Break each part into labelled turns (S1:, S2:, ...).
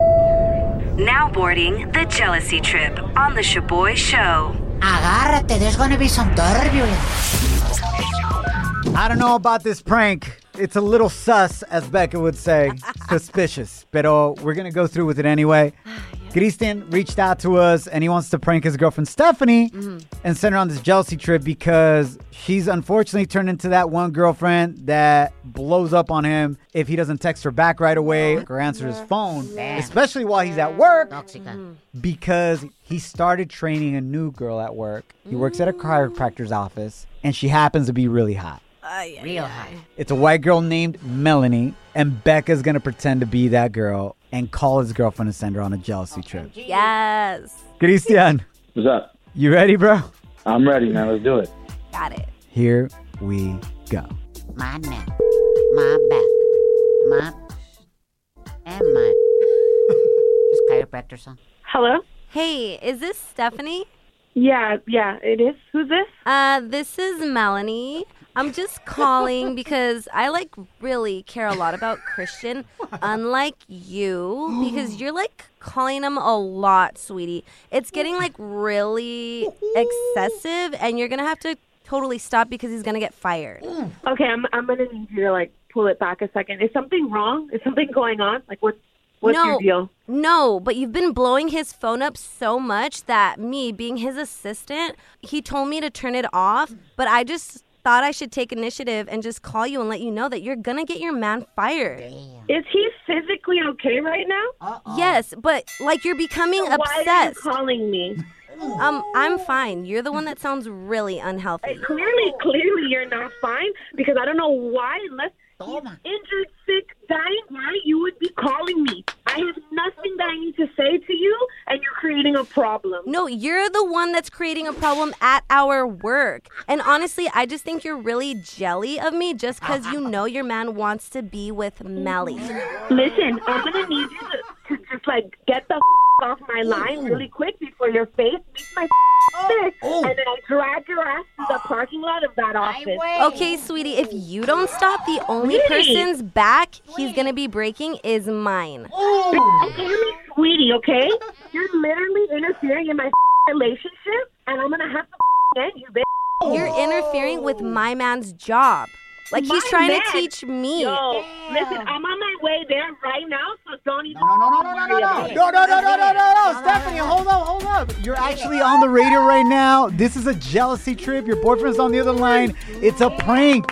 S1: Now boarding the jealousy trip on the Shaboy Show.
S2: Agárrate, there's gonna be some turbulence.
S3: I don't know about this prank. It's a little sus, as Becca would say. Suspicious. Pero we're going to go through with it anyway. Christian reached out to us and he wants to prank his girlfriend Stephanie and send her on this jealousy trip because she's unfortunately turned into that one girlfriend that blows up on him if he doesn't text her back right away or answer his phone, especially while he's at work
S2: Tóxica.
S3: because he started training a new girl at work. He works at a chiropractor's office and she happens to be really hot.
S4: Ay, ay,
S2: Real
S4: ay.
S2: high.
S3: It's a white girl named Melanie, and Becca's gonna pretend to be that girl and call his girlfriend and send her on a jealousy trip.
S4: Yes.
S3: Christian,
S5: What's up?
S3: you ready, bro?
S5: I'm ready, man. Let's do it.
S4: Got it.
S3: Here we go.
S2: My neck. My back. My. And my. Just chiropractor son.
S6: Hello?
S4: Hey, is this Stephanie?
S6: Yeah, yeah, it is. Who's this?
S4: Uh, this is Melanie. I'm just calling because I like really care a lot about Christian, unlike you, because you're like calling him a lot, sweetie. It's getting like really excessive, and you're gonna have to totally stop because he's gonna get fired.
S6: Okay, I'm I'm gonna need you to like pull it back a second. Is something wrong? Is something going on? Like what's what's
S4: no,
S6: your deal?
S4: No, but you've been blowing his phone up so much that me, being his assistant, he told me to turn it off, but I just thought I should take initiative and just call you and let you know that you're gonna get your man fired.
S6: Is he physically okay right now?
S4: Yes, but like you're becoming
S6: Oh. Why are you
S4: obsessed.
S6: calling me?
S4: Um, I'm fine. You're the one that sounds really unhealthy.
S6: Clearly, clearly you're not fine because I don't know why unless he's
S2: Toma.
S6: injured, sick, dying, why you would be calling me. I have nothing that I need to say to you and you're creating a problem.
S4: No, you're the one that's creating a problem at our work. And honestly, I just think you're really jelly of me just because you know your man wants to be with Melly.
S6: Listen, I'm gonna need you to, to just like get the f- off my line really quick before your face meets my f- face, and then I drag your ass to the parking lot of that office.
S4: Okay, sweetie, if you don't stop, the only
S6: Sweetie.
S4: person's back he's gonna be breaking is mine.
S6: Hear me, sweetie, okay? You're literally interfering in my f- relationship, and I'm gonna have to f- end you, bitch.
S4: You're interfering with my man's job. Like he's
S6: My
S4: trying to
S6: man?
S4: teach me.
S6: Yo, listen, I'm on my way there right now, so don't even.
S3: No, no, no, no, no, no, no, no, no, no, no, no, no, no, Stephanie, hold up, hold up. You're actually on the radio right now. This is a jealousy trip. Your boyfriend's on the other line. It's a prank.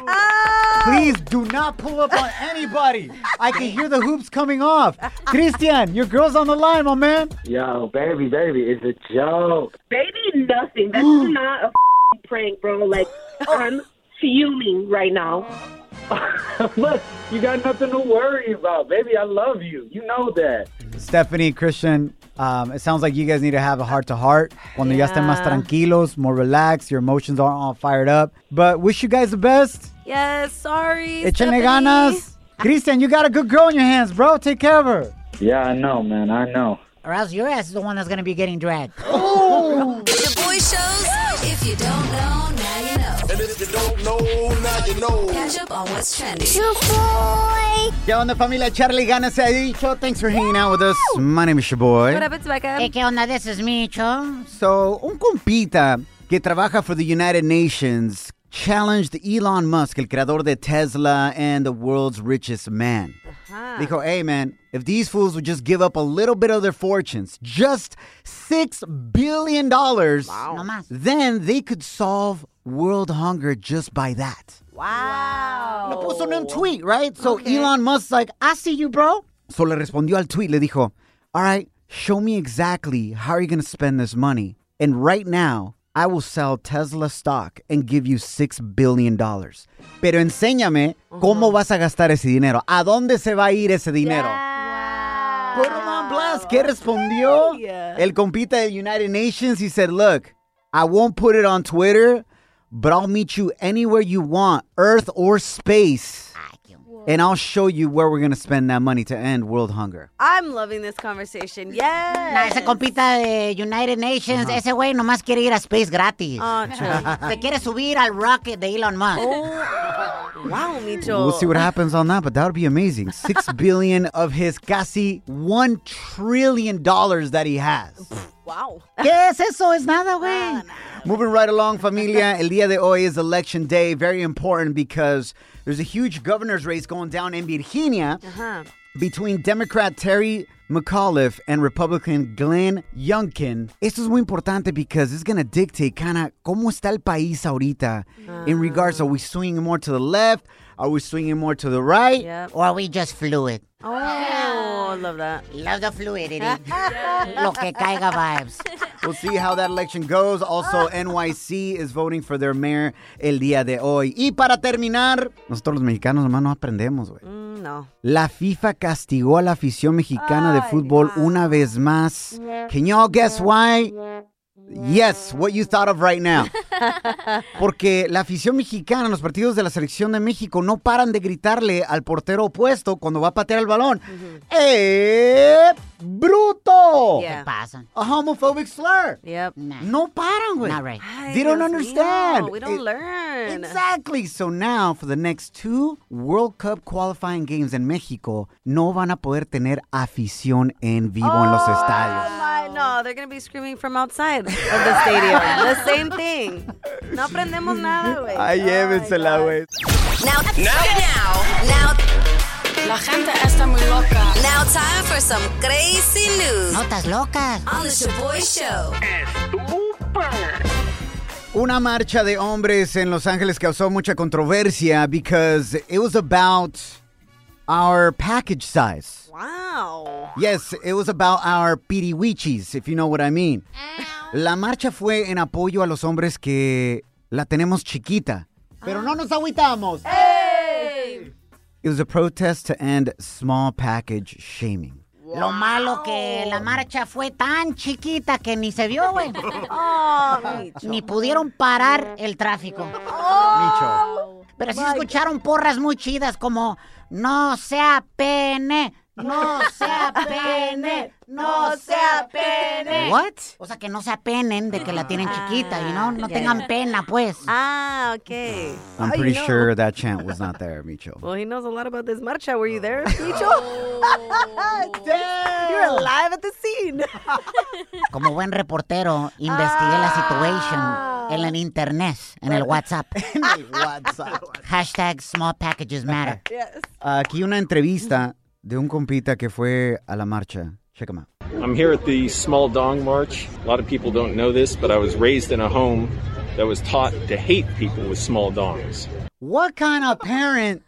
S3: Please do not pull up on anybody. I can hear the hoops coming off. Christian, your girl's on the line, my man.
S5: Yo, baby, baby, it's a joke.
S6: Baby, nothing. That's not a f- prank, bro. Like, I'm fuming right now.
S5: Look, you got nothing to worry about, baby. I love you. You know that.
S3: Stephanie, Christian, um, it sounds like you guys need to have a heart to heart. Cuando ya estén más
S4: Yeah.
S3: tranquilos, more relaxed, your emotions aren't all fired up. But wish you guys the best.
S4: Yes, sorry.
S3: Echenle
S4: Stephanie.
S3: ganas. Christian, you got a good girl in your hands, bro. Take care of her.
S5: Yeah, I know, man. I know.
S2: Or else your ass is the one that's gonna be getting dragged.
S7: Shaboy Shows. If you don't know, now you know.
S8: And if you don't know, now you know.
S7: Catch up on what's trending.
S3: Ya onda familia Charlie Ganas se ha dicho. Thanks for hanging out with us. My name is Shaboy.
S4: What up, it's Becca.
S2: Hey, ¿qué onda? This is Micho.
S3: So, un compita que trabaja for the United Nations challenged Elon Musk, el creador de Tesla and the world's richest man. Dijo, hey man, if these fools would just give up a little bit of their fortunes, just six billion dollars,
S2: No más.
S3: then they could solve world hunger just by that.
S4: Wow.
S3: Lo puso en un tweet, right? So Elon Musk's like, I see you, bro. So le respondió al tweet, le dijo, All right, show me exactly how are you going to spend this money. And right now, I will sell Tesla stock and give you $6 billion. Pero enséñame cómo vas a gastar ese dinero. ¿A dónde se va a ir ese dinero? Put him on blast. ¿Qué respondió?
S9: Yeah.
S3: El compita del United Nations. He said, look, I won't put it on Twitter, but I'll meet you anywhere you want, earth or space. And I'll show you where we're going to spend that money to end world hunger.
S4: I'm loving this conversation. Yes.
S2: Nah, ese compita de United Nations, ese güey nomás quiere ir a Space gratis.
S4: Oh, Micho.
S2: Se quiere subir al rocket de Elon Musk.
S4: Oh. Wow, Micho.
S3: We'll see what happens on that, but that would be amazing. Six billion of his casi one trillion dollars that he has.
S4: Wow.
S3: ¿Qué es eso? Es nada, güey. Moving right along, familia. El día de hoy is election day. Very important because there's a huge governor's race going down in Virginia
S4: Uh-huh.
S3: between Democrat Terry McAuliffe and Republican Glenn Youngkin. Esto es muy importante because it's going to dictate kind of cómo está el país ahorita in regards are we swinging more to the left? Are we swinging more to the right?
S4: Yep.
S2: Or we just fluid.
S4: Oh, I love that.
S2: Love the fluidity. Lo que caiga vibes.
S3: We'll see how that election goes. Also, NYC is voting for their mayor el día de hoy. Y para terminar, nosotros los mexicanos nomás no aprendemos, güey.
S4: Mm, no.
S3: La FIFA castigó a la afición mexicana de fútbol una vez más. Can y'all guess why? Yes, what you thought of right now. Porque la afición mexicana en los partidos de la selección de México no paran de gritarle al portero opuesto cuando va a patear el balón. ¡Eh, bruto!
S4: Yeah.
S2: ¿Qué pasa?
S3: A homophobic slur.
S4: Yep.
S2: Nah.
S3: No paran, güey.
S2: Not right.
S4: Ay,
S3: They don't
S4: Dios
S3: understand.
S4: mío, we don't
S3: It-
S4: learn.
S3: Exactly. So now, for the next two World Cup qualifying games in México, no van a poder tener afición en vivo en los
S4: Oh
S3: estadios.
S4: my, no, they're going to be screaming from outside of the stadium. the same thing. No aprendemos nada, güey.
S3: Ah,
S2: Oh
S3: llévensela, güey.
S7: Now, now, now,
S10: La gente está muy loca.
S7: now, time for some crazy news
S2: Notas locas.
S7: on the Shaboy Show.
S3: Una marcha de hombres en Los Ángeles causó mucha controversia because it was about our package size.
S4: Wow.
S3: Yes, it was about our piriwichis, if you know what I mean. La marcha fue en apoyo a los hombres que la tenemos chiquita. Pero
S2: Ah.
S3: no nos agüitamos. It was a protest to end small package shaming.
S2: Lo malo que la marcha fue tan chiquita que ni se vio, güey.
S4: Oh, Micho.
S2: Ni pudieron parar el tráfico. Oh
S3: Micho.
S2: Pero sí escucharon porras muy chidas como no sea pene, no sea pene, no sea pene.
S3: What?
S2: O sea, que no se apenen de que la tienen chiquita y no, no tengan pena, pues.
S4: Ah, okay.
S3: I'm
S4: Ay,
S3: pretty
S4: no.
S3: sure that chant was not there, Micho.
S4: Well, he knows a lot about this marcha. Were you there, Micho? Oh. You're alive at the scene.
S2: Como buen reportero, investigué la situation en el internet, en el WhatsApp. Hashtag small packages matter.
S4: yes.
S3: Aquí una entrevista de un compita que fue a la marcha. Check him out.
S5: I'm here at the Small Dong March. A lot of people don't know this, but I was raised in a home that was taught to hate people with small dongs.
S3: What kind of parent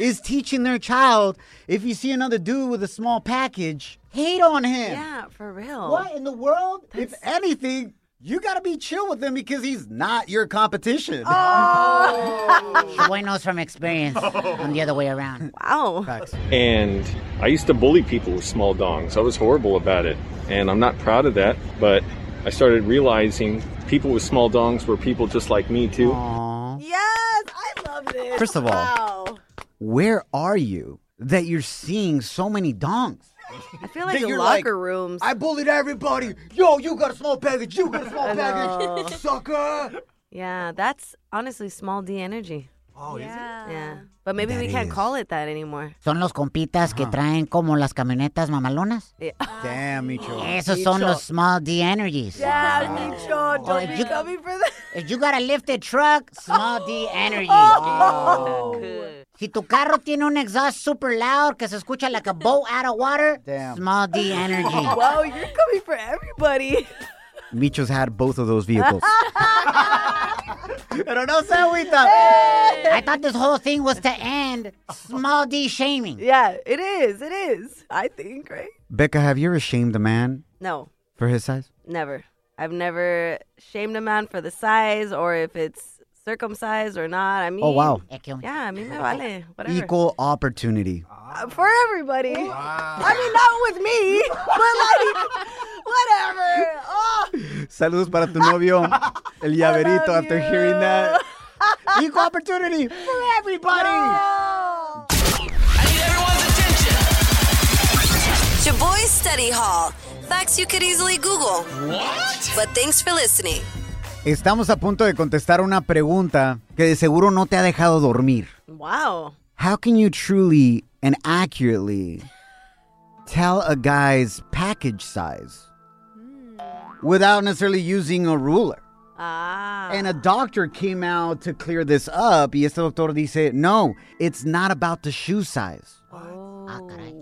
S3: is teaching their child if you see another dude with a small package, hate on him?
S4: Yeah, for real.
S3: What in the world? If anything, you gotta be chill with him because he's not your competition.
S2: The boy knows from experience and the other way around.
S4: Wow.
S3: Facts.
S5: And I used to bully people with small dongs. I was horrible about it. And I'm not proud of that, but I started realizing people with small dongs were people just like me, too.
S3: Aw.
S4: Yes, I love this.
S3: First of all-
S4: wow.
S3: Where are you that you're seeing so many dongs?
S4: I feel like
S3: that
S4: your
S3: you're
S4: locker
S3: like,
S4: rooms.
S3: I bullied everybody. Yo, you got a small package. You got a small
S4: know.
S3: package. Sucker.
S4: yeah, that's honestly small D energy.
S3: Oh,
S4: Yeah. But maybe we
S3: That
S4: can't
S3: is.
S4: call it that anymore.
S2: Son los compitas que traen como las camionetas mamalonas.
S4: Yeah.
S3: Damn, Micho.
S2: Esos son los small D energies.
S4: Oh. Yeah, Micho,
S2: don't be
S4: coming for that.
S2: If you got a lifted truck, small D
S4: Oh.
S2: energy. Si tu carro tiene un exhaust super loud que se escucha like a boat out of water,
S3: Damn.
S2: small D energy.
S4: Wow, you're coming for everybody.
S3: Micho's had both of those vehicles. Pero no se agüita.
S2: I thought this whole thing was to end small D shaming.
S4: Yeah, it is. It is. I think, right?
S3: Becca, have you ever shamed a man
S4: No,
S3: for his size?
S4: never. I've never shamed a man for the size or if it's circumcised or not. I mean,
S3: Oh, wow.
S2: Es que un-
S4: Yeah, I mean, me vale. Whatever.
S3: Equal opportunity.
S4: Uh, For everybody. I mean, not with me, but like, whatever. Oh,
S3: Saludos para tu novio, el llaverito,
S4: love
S3: after
S4: you.
S3: hearing that. Equal opportunity for everybody.
S4: no.
S7: Shaboy Study Hall. Facts you could easily Google. What? But thanks for listening.
S3: Estamos a punto de contestar una pregunta que de seguro no te ha dejado dormir.
S4: Wow.
S3: How can you truly and accurately tell a guy's package size without necessarily using a ruler?
S4: Ah.
S3: And a doctor came out to clear this up. Y este doctor dice, no, it's not about the shoe size.
S2: Ah, caray.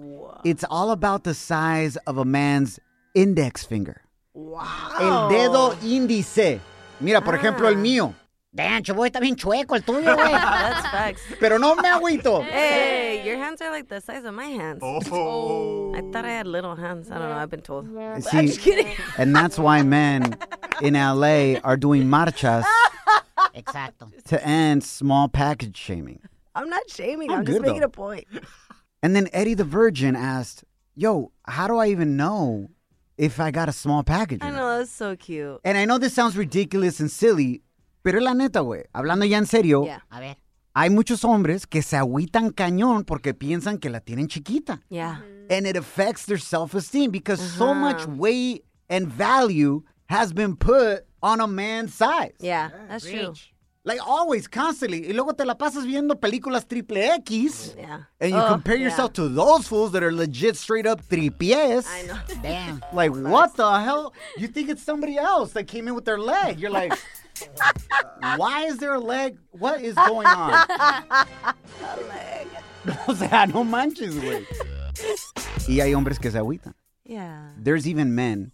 S3: It's all about the size of a man's index finger. Wow. El dedo índice. Mira, por ejemplo, el mío.
S2: Damn, Chuboy, está bien chueco el tuyo, güey.
S4: That's facts.
S3: Pero no me agüito.
S4: Eh, Hey, your hands are like the size of my hands.
S3: Oh.
S4: I thought I had little hands. I don't know. I've been told.
S3: See, and that's why men in LA are doing marchas
S2: Exacto.
S3: to end small package shaming.
S4: I'm not shaming.
S3: I'm
S4: I'm, just
S3: good,
S4: making
S3: though.
S4: a point.
S3: And then Eddie the Virgin asked, Yo, how do I even know if I got a small package? or
S4: I
S3: not?"
S4: know. That's so cute.
S3: And I know this sounds ridiculous and silly, pero es la neta, güey. Hablando ya en serio,
S4: Yeah.
S2: A ver.
S3: hay muchos hombres que se agüitan cañón porque piensan que la tienen chiquita.
S4: Yeah. Uh-huh.
S3: And it affects their self esteem because so much weight and value has been put on a man's size.
S4: Yeah. That's true.
S3: Like always, constantly. Y luego te la pasas viendo películas triple X.
S4: Yeah.
S3: And you
S4: Oh,
S3: compare
S4: yeah.
S3: yourself to those fools that are legit straight up tripies. I know.
S2: Damn.
S3: Like, what the hell? You think it's somebody else that came in with their leg. You're like, why is there a leg? What is going on? o sea, no manches, güey. y hay hombres que se agüitan.
S4: Yeah.
S3: There's even men,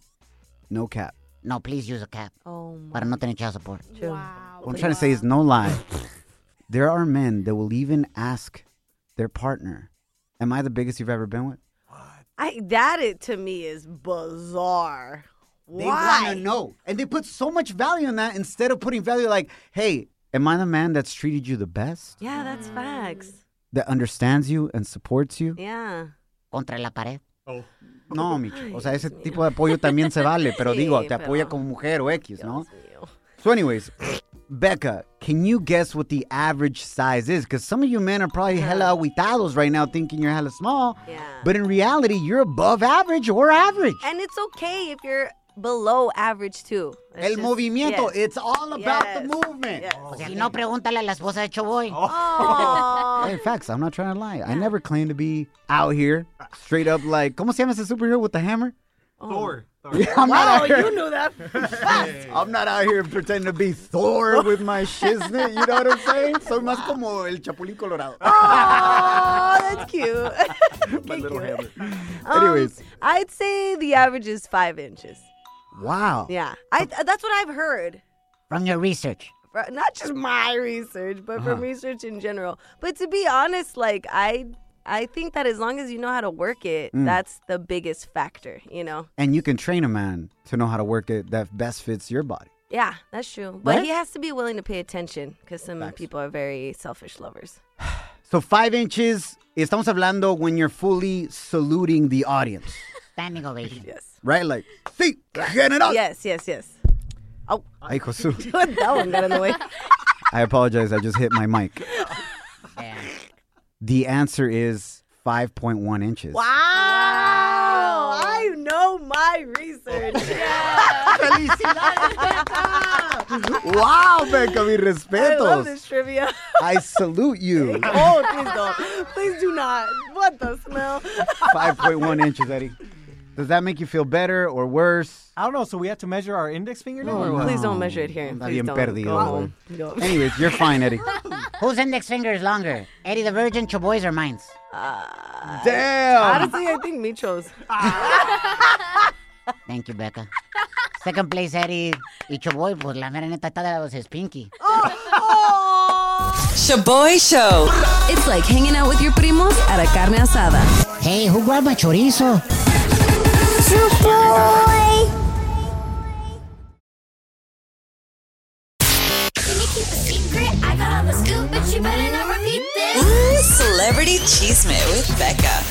S3: no cap.
S2: No, please use a cap
S4: Oh my.
S2: para no tener child support.
S4: True.
S3: What I'm trying to say is no lie. there are men that will even ask their partner, Am I the biggest you've ever been with?
S4: I that it to me is bizarre.
S3: They
S4: Why?
S3: want to know. And they put so much value in that instead of putting value like, hey, am I the man that's treated you the best,
S4: Yeah, that's facts.
S3: that understands you and supports you?
S4: Yeah.
S2: Contra la pared.
S3: No, Micho. O sea, ese tipo de apoyo también se vale, pero digo,
S4: Sí,
S3: te apoya
S4: pero-
S3: como mujer o X, ¿no?
S4: That's you.
S3: So, anyways, Becca, can you guess what the average size is? Because some of you men are probably hella aguitados right now thinking you're hella small.
S4: Uh-huh. Yeah.
S3: But in reality, you're above average or average.
S4: And it's okay if you're below average too. It's
S3: El
S4: just-
S3: movimiento,
S4: yes.
S3: it's all about
S4: Yes.
S3: the movement.
S4: Yes.
S2: O sea, si no, pregúntale a la esposa de Choboy.
S4: Aw.
S3: Hey, facts. I'm not trying to lie. I never claimed to be out here straight up like, ¿Cómo se llama ese superhero with the hammer? Thor. Yeah, I'm, not out here,
S4: you knew that.
S3: I'm not out here pretending to be Thor with my shiznit. You know what I'm saying? Soy más como el Chapulín Colorado.
S4: Ah, Aw, that's cute.
S3: my little hammer.
S4: Um,
S3: Anyways.
S4: I'd say the average is five inches.
S3: Wow.
S4: Yeah, I that's what I've heard.
S2: From your research.
S4: fro- Not just my research, but from research in general. But to be honest, like I, I think that as long as you know how to work it,
S3: Mm.
S4: that's the biggest factor. You know.
S3: And you can train a man to know how to work it that best fits your body.
S4: Yeah, that's true. But
S3: Right?
S4: he has to be willing to pay attention because some people are very selfish lovers.
S3: So five inches, estamos hablando when you're fully saluting the audience,
S2: Standing ovation.
S4: Yes.
S3: right? Like, sí, get it up.
S4: Yes. Yes. Yes. Oh,
S3: Ay, Josu.
S4: that one got in the way.
S3: I apologize. I just hit my mic.
S2: Damn.
S3: The answer is 5.1 inches.
S4: Wow! I know my research.
S3: wow, Becca, mis
S4: I love
S3: respetos.
S4: this trivia.
S3: I salute you.
S4: Oh, please don't. Please do not. What the smell?
S3: 5.1 inches, Eddie. Does that make you feel better or worse?
S9: I don't know. So we have to measure our index finger now? or what?
S4: Please don't measure it here.
S3: Anda
S4: Please
S3: bien
S4: don't.
S3: perdido,
S4: Go home. Go.
S3: Anyways, you're fine, Eddie.
S2: Whose index finger is longer? Eddie the Virgin, Choboy's, or mine's?
S3: Damn.
S4: Honestly, I think Micho's.
S2: Thank you, Becca. Second place, Eddie. Y Choboy, pues la mera neta está de los Spinky.
S7: Shaboy Show. It's like hanging out with your primos at a carne asada.
S2: Hey, who grabbed my chorizo?
S7: Can you keep a secret? Dirty Cheesemit with Becca.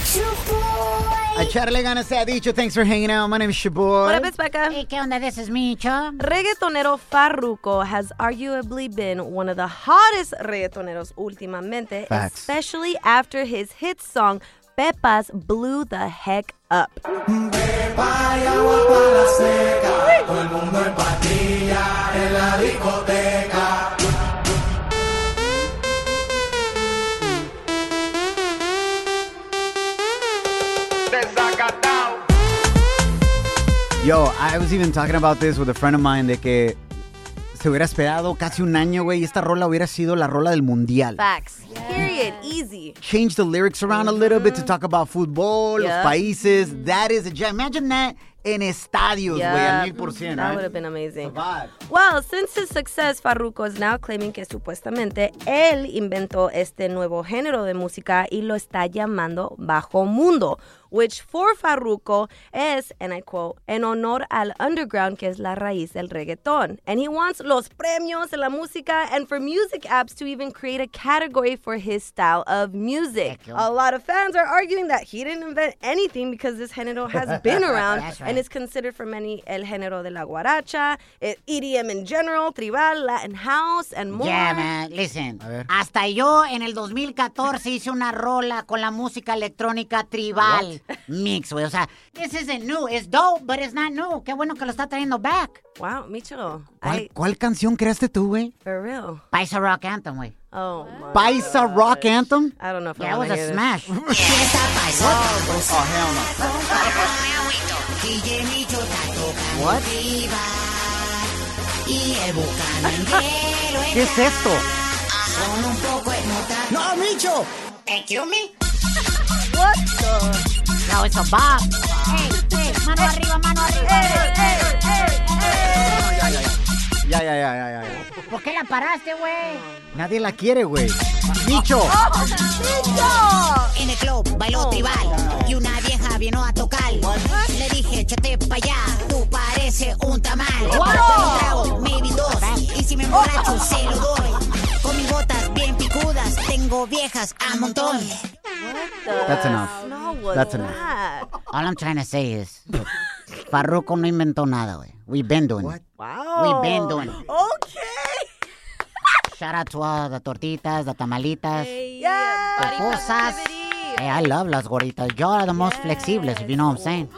S3: A Charlie Gana se ha dicho. Thanks for hanging out. My name is Shaboy.
S4: What up, it's Becca.
S2: Hey, ¿qué onda? This is Micho.
S4: Reggaetonero Farruko has arguably been one of the hottest reggaetoneros últimamente,
S3: Facts.
S4: especially after his hit song Pepas blew the heck up.
S3: Yo, I was even talking about this with a friend of mine de que se hubiera esperado casi un año, güey, y esta rola hubiera sido la rola del mundial.
S4: Facts. Period. Easy.
S3: Change the lyrics around a little bit to talk about football,
S4: Mm-hmm. Yeah.
S3: los países. That is a gem. Imagine that en estadios, güey,
S4: Yeah.
S3: al mil por cien, eh.
S4: That
S3: right?
S4: would have been amazing.
S3: Vibe.
S4: Well, since his success, Farruko is now claiming que supuestamente él inventó este nuevo género de música y lo está llamando bajo mundo, which for Farruko es, and I quote, en honor al underground que es la raíz del reggaetón. And he wants los premios de la música and for music apps to even create a category for his style of music. A lot of fans are arguing that he didn't invent anything because this género has been around
S2: That's right.
S4: and it's considered for many el género de la guaracha, eh, EDM in general, tribal, Latin house, and more.
S2: Yeah, man. Listen.
S3: ver.
S2: Hasta yo en el 2014 hice una rola con la música electrónica tribal mix, güey. O sea, this isn't new. It's dope, but it's not new. Qué bueno que lo está trayendo back.
S4: Wow, Micho.
S3: ¿Cuál,
S4: I,
S3: cuál canción creaste tú, güey?
S4: for real.
S2: Paisa Rock Anthem, güey.
S4: Oh, my.
S3: Paisa Rock Anthem.
S4: I don't know if I
S2: That was
S4: want
S2: a
S4: to
S2: smash.
S3: What? ¿Qué es esto? ¡No, Micho!
S4: What the?
S2: Now it's a bop. Hey, hey, mano arriba, mano arriba.
S3: Ya, ya, ya, ya, ya.
S2: ¿Por qué la paraste, güey?
S3: Nadie la quiere, güey. Micho.
S2: En el club bailó tribal y una vieja vino a tocar. Le dije, échate pa' allá, tú pareces un tamal. Un trago, maybe dos, y si me emborracho se lo doy. Con mis botas bien picudas, tengo viejas a montón.
S3: That's enough.
S4: No, what's
S3: That's enough.
S4: that?
S2: All I'm trying to say is, Farruko no inventó nada, güey. We've been doing it.
S4: Wow.
S2: We've been doing it.
S4: Oh, Okay.
S2: Shout out to all the tortitas, the tamalitas.
S4: Yeah.
S2: the cosas. Hey, I love las gorditas. Y'all are the most flexibles, if you know what I'm saying.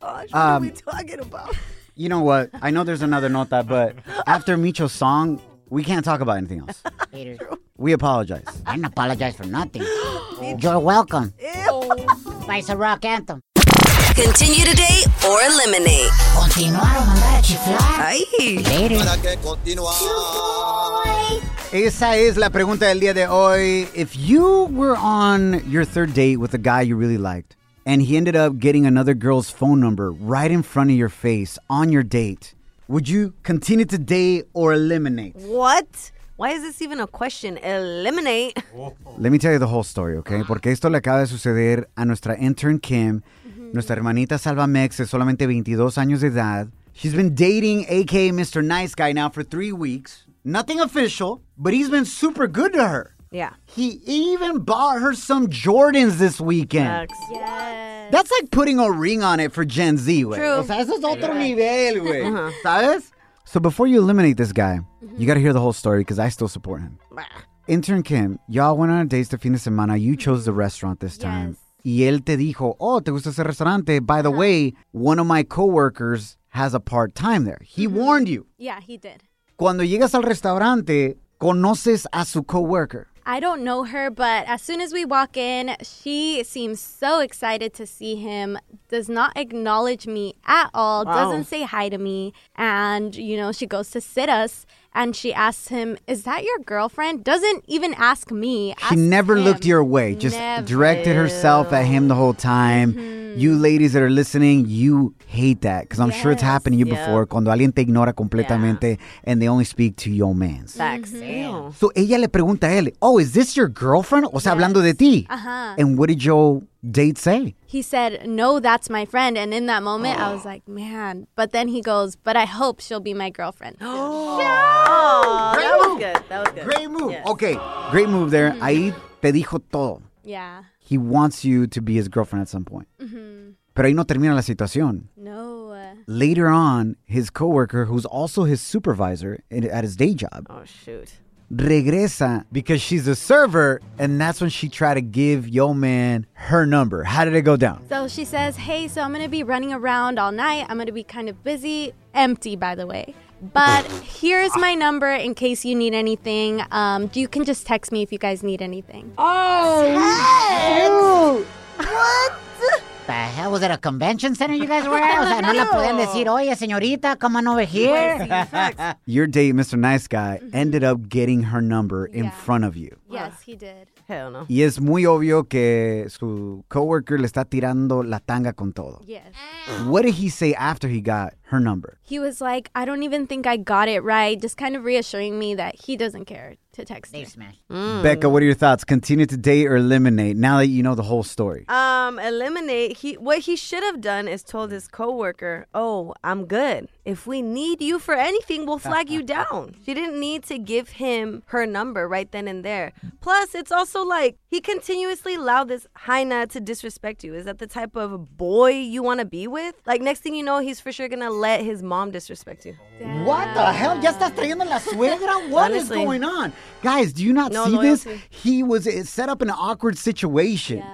S4: Gosh, what are
S3: Um,
S4: we talking about?
S3: You know what? I know there's another nota, but after Micho's song, we can't talk about anything else.
S2: Haters.
S3: We apologize.
S2: I didn't apologize for nothing. You're welcome. Spice a rock anthem.
S7: Continue today or eliminate.
S2: Continuar o mandar a chiflar.
S7: Ay.
S2: Later.
S8: Para que continuar.
S3: Esa es la pregunta del día de hoy. If you were on your third date with a guy you really liked, and he ended up getting another girl's phone number right in front of your face on your date, would you continue to date or eliminate?
S4: What? Why is this even a question? Eliminate.
S3: Let me tell you the whole story, okay? Porque esto le acaba de suceder a nuestra intern Kim, nuestra hermanita Salvamex, es solamente 22 años de edad. She's been dating AK Mr. Nice Guy now for three weeks. Nothing official, but he's been super good to her.
S4: Yeah.
S3: He even bought her some Jordans this weekend. That's like putting a ring on it for Gen Z, güey.
S4: True.
S3: O sea, eso es otro nivel, güey.
S11: Uh-huh.
S3: ¿Sabes? So before you eliminate this guy,
S11: Mm-hmm.
S3: you gotta hear the whole story because I still support him. Intern Kim, y'all went on a date the fin de semana.
S11: Mm-hmm.
S3: You chose the restaurant this time. Y él te dijo, oh, te gusta ese restaurante. By the way, one of my coworkers has a part time there. He warned you.
S11: Mm-hmm. Yeah, he did.
S3: Cuando llegas al restaurante, conoces a su coworker.
S11: I don't know her, but as soon as we walk in, she seems so excited to see him, does not acknowledge me at all, doesn't say hi to me. And, you know, she goes to sit us and she asks him, Is that your girlfriend? Doesn't even ask me.
S3: She
S11: asks
S3: never
S11: him.
S3: looked your way, just
S11: Never. Mm-hmm.
S3: directed herself at him the whole time. You ladies that are listening, you hate that because I'm sure it's happened to you before. Cuando alguien te ignora completamente and they only speak to your mans.
S4: Facts. Ew.
S3: So ella le pregunta a él, oh, is this your girlfriend? O sea, hablando de ti.
S11: Uh-huh.
S3: And what did your date say?
S11: He said, No, that's my friend. And in that moment, I was like, Man. But then he goes, But I hope she'll be my girlfriend.
S4: Oh, that was good. That was good.
S11: Mm-hmm.
S3: Great move. Okay, great move there. Ahí te dijo todo.
S5: Yeah.
S3: He wants you to be his girlfriend at some point.
S5: hmm
S3: Pero ahí no termina la situación.
S5: No.
S3: Later on, his coworker, who's also his supervisor in- at his day job,
S4: Oh, shoot.
S3: regresa because she's a server, and that's when she tried to give yo man her number. How did it go down?
S5: So she says, Hey, so I'm going to be running around all night. I'm going to be kind of busy. Empty, by the way. But here's my number in case you need anything. Um, you can just text me if you guys need anything.
S12: Oh,
S2: The hell was it a convention center you guys were at? O sea, no le podían decir, oye, señorita, come on over here.
S3: Your date, Mr. Nice Guy, ended up getting her number in front of you.
S5: Yes, he did.
S4: Hell no.
S3: Y es muy obvio que su coworker le está tirando la tanga con todo.
S5: Yes.
S3: What did he say after he got her number?
S5: He was like, I don't even think I got it right. Just kind of reassuring me that he doesn't care to text me.
S3: Becca, what are your thoughts? Continue to date or eliminate now that you know the whole story?
S4: Um, eliminate. He what he should have done is told his coworker, "Oh, I'm good. If we need you for anything, we'll flag you down." She didn't need to give him her number right then and there. Plus, it's also like he continuously allowed this hyena to disrespect you. Is that the type of boy you want to be with? Like next thing you know, he's for sure gonna let his mom disrespect you.
S2: What the hell? ¿Ya estás trayendo la suegra?
S3: What is going on? Guys, do you not
S4: No
S3: see this?
S4: loyalty.
S3: He was it set up in an awkward situation.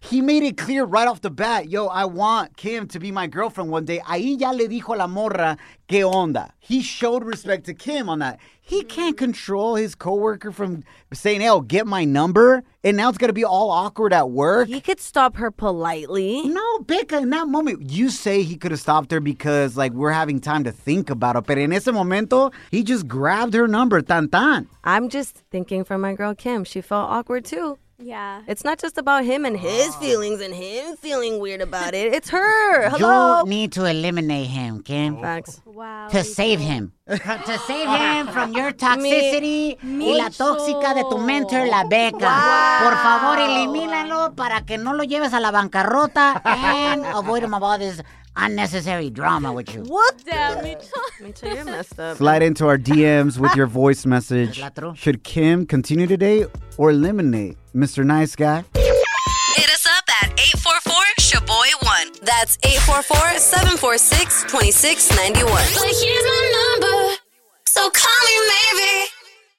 S3: He made it clear right off the bat, yo, I want Kim to be my girlfriend one day. Ahí ya le dijo a la morra, que onda. He showed respect to Kim on that.
S4: Mm-hmm.
S3: He can't control his coworker from saying, hey, oh, get my number. And now it's going to be all awkward at work.
S4: He could stop her politely.
S3: No, Becca, in that moment, you say he could have stopped her because, like, we're having time to think about it. But in ese momento, he just grabbed her number, tan tan.
S4: I'm just thinking for my girl Kim. She felt awkward too.
S5: Yeah.
S4: It's not just about him and his feelings and him feeling weird about it. It's her.
S2: You
S4: Hello.
S2: need to eliminate him, Kim.
S4: Facts.
S5: Oh. Wow.
S2: To save him. to save him from your toxicity y la tóxica de tu mentor, la beca. Por favor, elimínalo para que no lo lleves a la bancarrota and avoid him about this unnecessary drama with you.
S4: What the? Mitchell, you're messed up.
S3: Slide into our DMs with your voice message. Should Kim continue today or eliminate Mr. Nice Guy?
S13: Hit us up at 844-SHABOY1. That's 844-746-2691. here's my number, so call me maybe.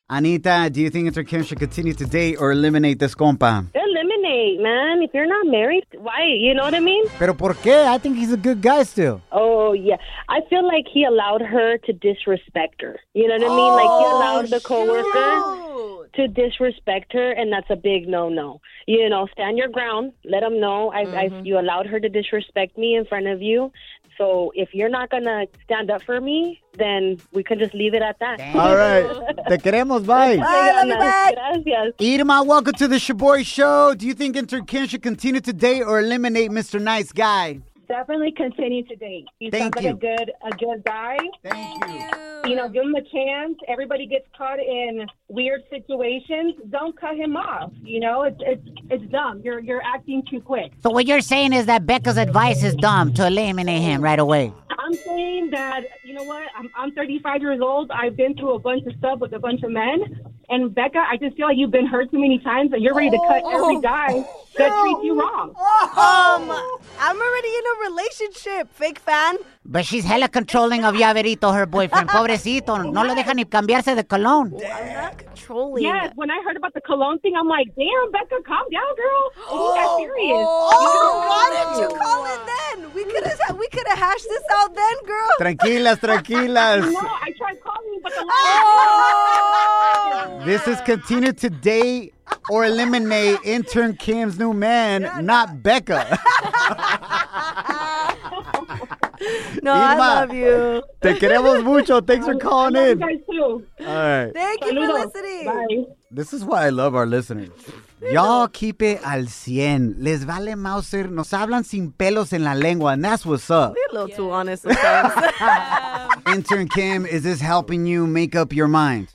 S3: Anita, do you think Mr. Kim should continue to date or eliminate this compa?
S14: Eliminate, man. If you're not married, why? You know what I mean?
S3: Pero por qué? I think he's a good guy still.
S14: Oh yeah, I feel like he allowed her to disrespect her. You know what I mean? Like he
S12: Oh,
S14: allowed the coworker to disrespect her, and that's a big no-no. You know, stand your ground. Let him know I, I you allowed her to disrespect me in front of you. So if you're not gonna stand up for me, then we can just leave it at that.
S3: All right. Te queremos, bye.
S14: Gracias.
S3: Irma, welcome to the Shaboy Show. Do you think Mr. Kim should continue to date or eliminate Mr. Nice Guy?
S6: Definitely continue to date. He
S3: Thank
S6: sounds
S3: you.
S6: like a good a good guy. Thank you. You know, give him a chance. Everybody gets caught in weird situations. Don't cut him off. You know, it's it's it's dumb. You're you're acting too quick.
S2: So what you're saying is that Becca's advice is dumb to eliminate him right away.
S6: I'm saying that you know what? I'm I'm 35 years old. I've been through a bunch of stuff with a bunch of men. And Becca, I just feel like you've been hurt too many times, and you're ready to cut every guy that treats you wrong.
S4: Um, I'm already in a relationship, fake fan.
S2: But she's hella controlling of Yaverito, her boyfriend. Pobrecito, no lo deja ni cambiarse de cologne.
S4: Controlling.
S6: Yes, when I heard about the cologne thing, I'm like, damn, Becca, calm down, girl. He got serious.
S4: Oh, why did you call it then? We could have we could have hashed this out then, girl.
S3: Tranquilas, tranquilas.
S6: No, I tried calling, but the
S15: Oh.
S4: Oh.
S6: line.
S3: This is continue to date or eliminate intern Kim's new man, not Becca.
S4: No, I love you.
S3: Te queremos mucho. Thanks for calling
S6: I
S3: in.
S6: love you guys too.
S3: All right.
S4: Thank you for
S6: Saludos.
S4: listening.
S6: Bye.
S3: This is why I love our listeners. Y'all keep it al 100. Les vale Mauser. Nos hablan sin pelos en la lengua, and that's what's up.
S4: We're a little too honest sometimes.
S3: Intern Kim, is this helping you make up your mind?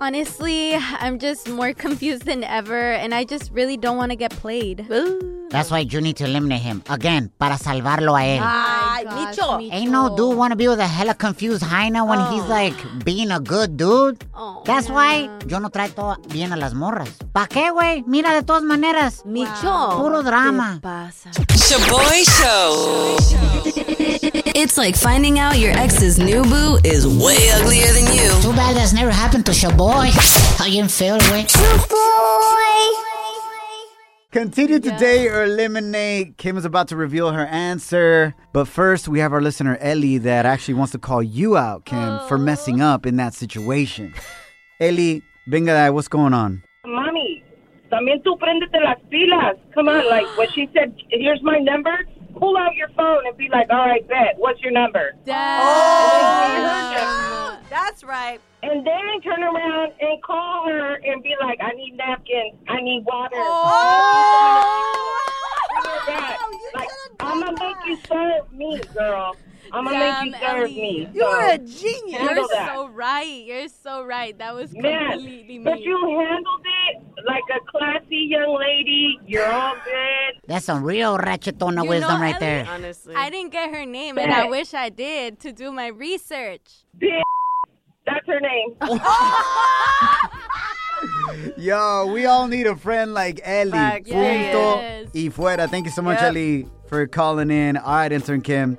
S5: Honestly, I'm just more confused than ever, and I just really don't want to get played.
S2: That's why you need to eliminate him again para salvarlo a él.
S5: Ah,
S4: Ay, Micho.
S2: Ain't no dude want to be with a hella confused hyena when he's
S6: Oh.
S2: like being a good dude.
S15: Oh,
S2: That's why yo no trato bien a las morras. ¿Pa qué, güey? Mira, de todas maneras.
S4: Micho.
S2: Puro drama.
S16: Shaboy Show. It's like finding out your ex's new boo is way uglier than you.
S2: Too bad that's never happened to Shaboy. I am feel, güey.
S3: Continue to date or eliminate. Kim is about to reveal her answer. But first, we have our listener Ellie that actually wants to call you out, Kim, for messing up in that situation. Ellie, venga, de ahí, what's going on?
S17: Mommy, también tú prendete las pilas. Come on, like when she said, here's my number, pull out your phone and be like, all right, bet, what's your number?
S4: Oh, That's right.
S17: And then turn around and call her and be like, I need napkins, I need water.
S4: Oh,
S6: Oh,
S17: Like, I'm gonna make you serve me, girl. I'm gonna make you
S15: Damn,
S17: serve
S15: Ellie.
S17: me.
S15: You
S17: So,
S15: are a genius.
S17: handle
S15: You're
S17: that.
S15: so right. You're so right. That was completely me.
S17: Man, but you handled it like a classy young lady. You're all good.
S2: That's some real ratchetona
S15: You
S2: wisdom
S15: know,
S2: right
S15: Ellie,
S2: there.
S4: Honestly.
S15: I didn't get her name, and I wish I did to do my research.
S17: Bitch. That's her name.
S3: Yo, we all need a friend like Ellie.
S4: Facts.
S3: Punto
S15: Yes.
S3: y fuera. Thank you so much,
S4: Yep.
S3: Ellie, for calling in. All right, intern Kim.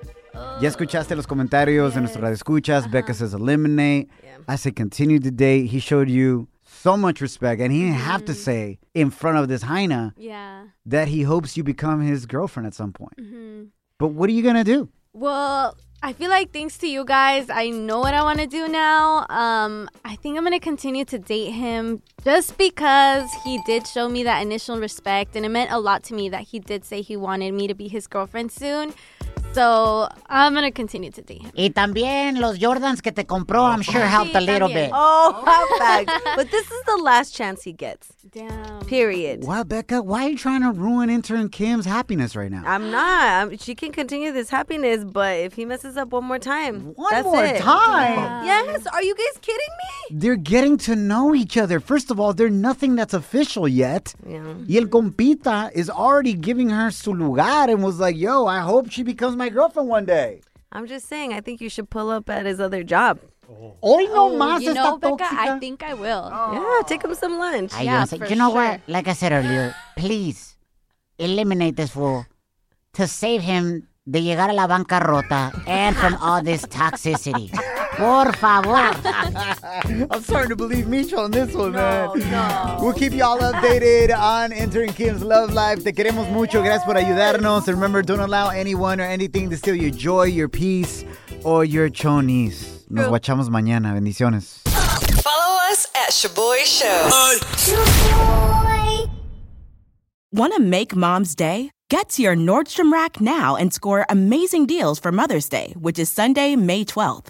S3: Ya escuchaste los comentarios de nuestro radio escuchas. Becca says eliminate. I said continue to date. He showed you so much respect, and he didn't have to say in front of this hyena
S15: Yeah.
S3: that he hopes you become his girlfriend at some point. But what are you gonna do?
S15: Mm-hmm. Well, I feel like thanks to you guys, I know what I want to do now. Um, I think I'm gonna continue to date him just because he did show me that initial respect, and it meant a lot to me that he did say he wanted me to be his girlfriend soon. So I'm gonna continue to date him.
S2: Y también los Jordans que te compró, I'm sure helped a
S15: Sí,
S2: little
S15: también.
S2: bit.
S4: Oh, how fact. But this is the last chance he gets.
S15: Damn.
S4: Period.
S3: Wow, Becca, why are you trying to ruin intern Kim's happiness right now?
S4: I'm not. I'm, she can continue this happiness, but if he messes up one more time,
S3: One
S4: that's
S3: more
S4: it.
S3: time.
S4: Yes. Are you guys kidding
S3: They're getting to know each other. First of all, they're nothing that's official yet.
S4: me? Yeah.
S3: Y el compita is already giving her su lugar and was like, yo, I hope she becomes my girlfriend one day.
S4: I'm just saying. I think you should pull up at his other job.
S3: Hoy no
S15: Oh,
S3: más
S15: you
S3: está
S15: know, Becca,
S3: tóxica.
S15: I think I will.
S4: Yeah. Take him some lunch.
S2: I
S15: Yeah,
S2: just-
S15: for
S2: you know
S15: sure.
S2: what? Like I said earlier, please eliminate this fool to save him de llegar a la bancarrota and from all this toxicity. Por favor.
S3: I'm starting to believe Micho on this one, man. We'll keep y'all updated on Intern Kim's love life. Te queremos mucho. Gracias por ayudarnos. And remember, don't allow anyone or anything to steal your joy, your peace, or your chonis. Nos guachamos mañana. Bendiciones.
S16: Follow us at Shaboy Show.
S6: Want to make mom's day? Get to your Nordstrom Rack now and score amazing deals for Mother's Day, which is Sunday, May 12th.